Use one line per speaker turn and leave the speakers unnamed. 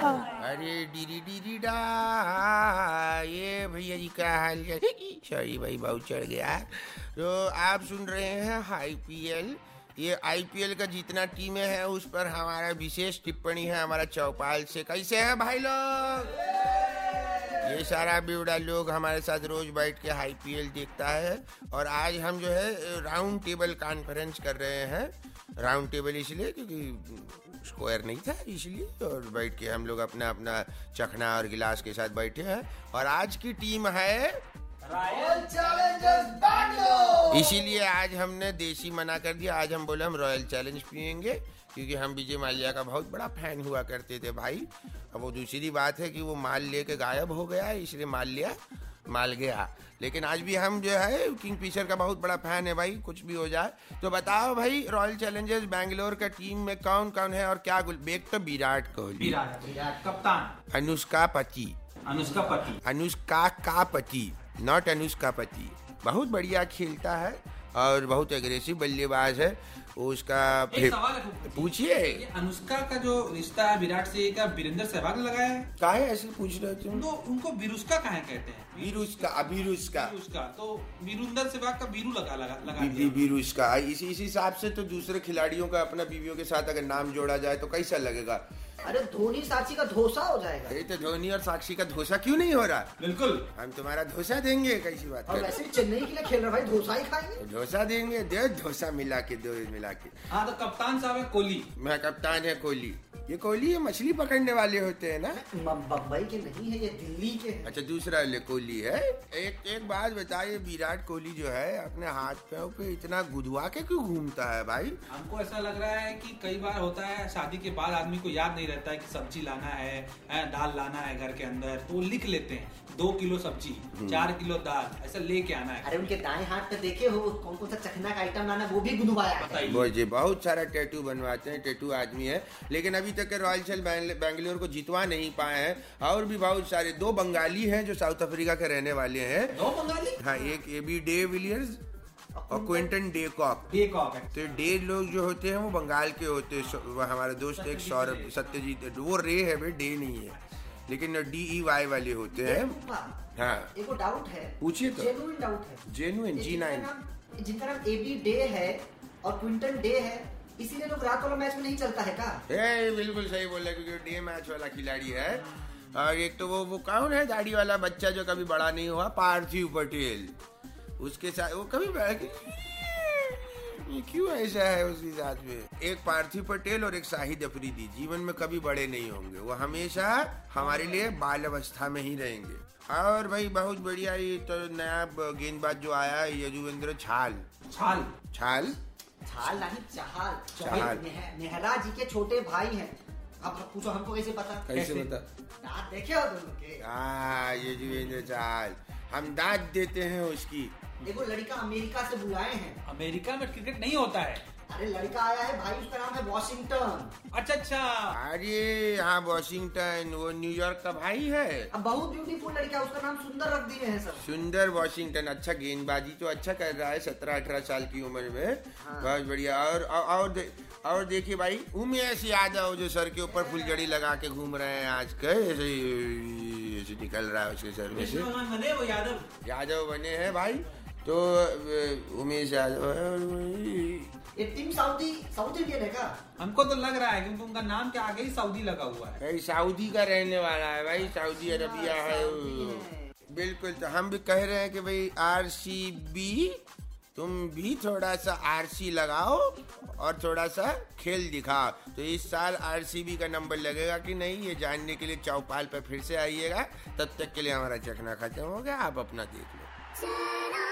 हाँ।
अरे डीरी डीरी डा ये भैया जी क्या हाल है सॉरी भाई बहुत चढ़ गया तो आप सुन रहे हैं आईपीएल ये आईपीएल का जितना टीमें हैं उस पर हमारा विशेष टिप्पणी है हमारा चौपाल से कैसे हैं भाई लोग ये सारा बेवड़ा लोग हमारे साथ रोज बैठ के आईपीएल देखता है और आज हम जो है राउंड टेबल कॉन्फ्रेंस कर रहे हैं राउंड टेबल इसलिए क्योंकि स्क्वायर नहीं था इसलिए और बैठ के हम लोग अपना अपना चखना और गिलास के साथ बैठे हैं और आज की टीम है इसीलिए आज हमने देसी मना कर दिया आज हम बोले हम रॉयल चैलेंज पियेंगे क्योंकि हम विजय माल्या का बहुत बड़ा फैन हुआ करते थे भाई अब वो दूसरी बात है कि वो माल लेके गायब हो गया है, इसलिए माल लिया माल गया लेकिन आज भी हम जो है किंग फिशर का बहुत बड़ा फैन है भाई कुछ भी हो जाए तो बताओ भाई रॉयल चैलेंजर्स बैंगलोर का टीम में कौन कौन है और क्या गोल बेग तो विराट कोहली
विराट विराट कप्तान
अनुष्का पति
अनुष्का पति
अनुष्का का पति नॉट अनुष्का पति बहुत बढ़िया खेलता है और बहुत एग्रेसिव बल्लेबाज है उसका
एक सवाल है
पूछिए
ये अनुष्का का जो रिश्ता है विराट से ये क्या वीरेंद्र सहवाग ने लगाया है
काहे ऐसे पूछ रहे हो तुम
तो उनको बिरुस्का कहाँ कहते हैं
वीरुष का अभिरुष का
बिरुस्का तो वीरुंदर सहवाग का बीरू लगा लगा लगा
बीबी
दिया
वीरुष का इसी इसी हिसाब से तो दूसरे खिलाड़ियों का अपना बीवियों के साथ अगर नाम जोड़ा जाए तो कैसा लगेगा
अरे धोनी साक्षी का धोसा हो जाएगा
अरे तो धोनी और साक्षी का धोसा क्यों नहीं हो रहा
बिल्कुल
हम तुम्हारा धोसा देंगे कैसी बात
हाँ,
और
कर
वैसे भी चेन्नई के लिए खेल रहा है भाई धोसा ही खाएंगे
धोसा देंगे दे धोसा मिला के दो मिला के
हाँ तो कप्तान साहब है कोहली
मैं कप्तान है कोहली ये कोहली ये मछली पकड़ने वाले होते हैं ना
म- बम्बई के नहीं है ये दिल्ली के हैं
अच्छा दूसरा ले कोहली है एक एक बात बताइए विराट कोहली जो है अपने हाथ पैरों पे इतना गुदवा के क्यों घूमता है भाई
हमको ऐसा लग रहा है कि कई बार होता है शादी के बाद आदमी को याद नहीं रहता है कि सब्जी लाना है हैं, दाल लाना है घर के अंदर तो वो लिख लेते हैं दो किलो सब्जी चार किलो दाल ऐसा लेके आना है
अरे उनके दाएं हाथ पे देखे हो कौन कौन सा चखना का आइटम लाना वो भी गुनवाया है
बताइए
वो जी बहुत सारा टैटू बनवाते हैं टैटू आदमी है लेकिन अभी तक के रॉयल चैल बैंगलोर को जितवा नहीं पाए हैं और भी बहुत सारे दो बंगाली हैं जो साउथ अफ्रीका के रहने वाले हैं
दो बंगाली
हाँ एक ए बी डे विलियर्स और क्विंटन डे कॉक
एक और है
तो ये डे लोग जो होते हैं वो बंगाल के होते हैं सो- वो हमारे दोस्त एक सौरभ सत्यजीत वो रे है भाई डे नहीं है लेकिन डी ई वाई वाले होते हैं
हाँ।
हाँ
एक वो डाउट है
पूछिए तो।
जेन्युइन डाउट है
जेन्युइन
ये
जी
जिनका
नाइन
नाम- जिनका नाम एबी डे है और क्विंटन डे है इसीलिए लोग रात वाला मैच में नहीं चलता है का
ए बिल्कुल सही बोला क्योंकि डे मैच वाला खिलाड़ी है और एक तो वो वो कौन है दाढ़ी वाला बच्चा जो कभी बड़ा नहीं हुआ पार्थिव पटेल उसके साथ वो कभी बड़ा- ये क्यों ऐसा है उसके साथ में एक पार्थिव पटेल और एक शाहिद अफरीदी जीवन में कभी बड़े नहीं होंगे वो हमेशा हमारे लिए बाल अवस्था में ही रहेंगे और भाई बहुत बढ़िया ये तो नया गेंदबाज जो आया है यजुवेंद्र छाल
छाल
छाल
छाल नहीं चाल
चाल।
नेह- नेहरा जी के छोटे भाई हैं अब पूछो हमको कैसे पता
कैसे
कैसे?
बता
दांत देखे हो तुम लोग के
हाँ ये जीवेंद्र चाल हम दाद देते हैं उसकी
देखो लड़का अमेरिका से बुलाए हैं
अमेरिका में क्रिकेट नहीं होता है
अरे लड़का आया है भाई उसका नाम है वॉशिंगटन
अच्छा अच्छा
अरे हाँ वॉशिंगटन वो न्यूयॉर्क का भाई है
अब बहुत ब्यूटीफुल लड़का है, उसका नाम सुंदर रख दिए हैं सब
सुंदर वॉशिंगटन अच्छा गेंदबाजी तो अच्छा कर रहा है सत्रह अठारह साल की उम्र में
हाँ।
बहुत बढ़िया और और- और दे- और देखिए भाई उमेश यादव जो सर के ऊपर फुलझड़ी लगा के घूम रहे हैं आज के ऐसे ही- ऐसे निकल रहा है उसके सर में से
बने वो यादव
यादव बने हैं भाई तो अ, उमेश यादव है और-
ये टीम साउदी साउथ इंडियन है का
हमको तो लग रहा है क्योंकि उनका नाम के आगे ही सऊदी लगा हुआ है
भाई सऊदी का रहने वाला है भाई सऊदी अरबिया है
सऊदी है।
बिल्कुल तो हम भी कह रहे हैं कि भाई आर तुम भी थोड़ा सा आर लगाओ और थोड़ा सा खेल दिखाओ तो इस साल आर का नंबर लगेगा कि नहीं ये जानने के लिए चौपाल पर फिर से आइएगा तब तक के लिए हमारा चखना खत्म हो गया आप अपना देख लो
Turn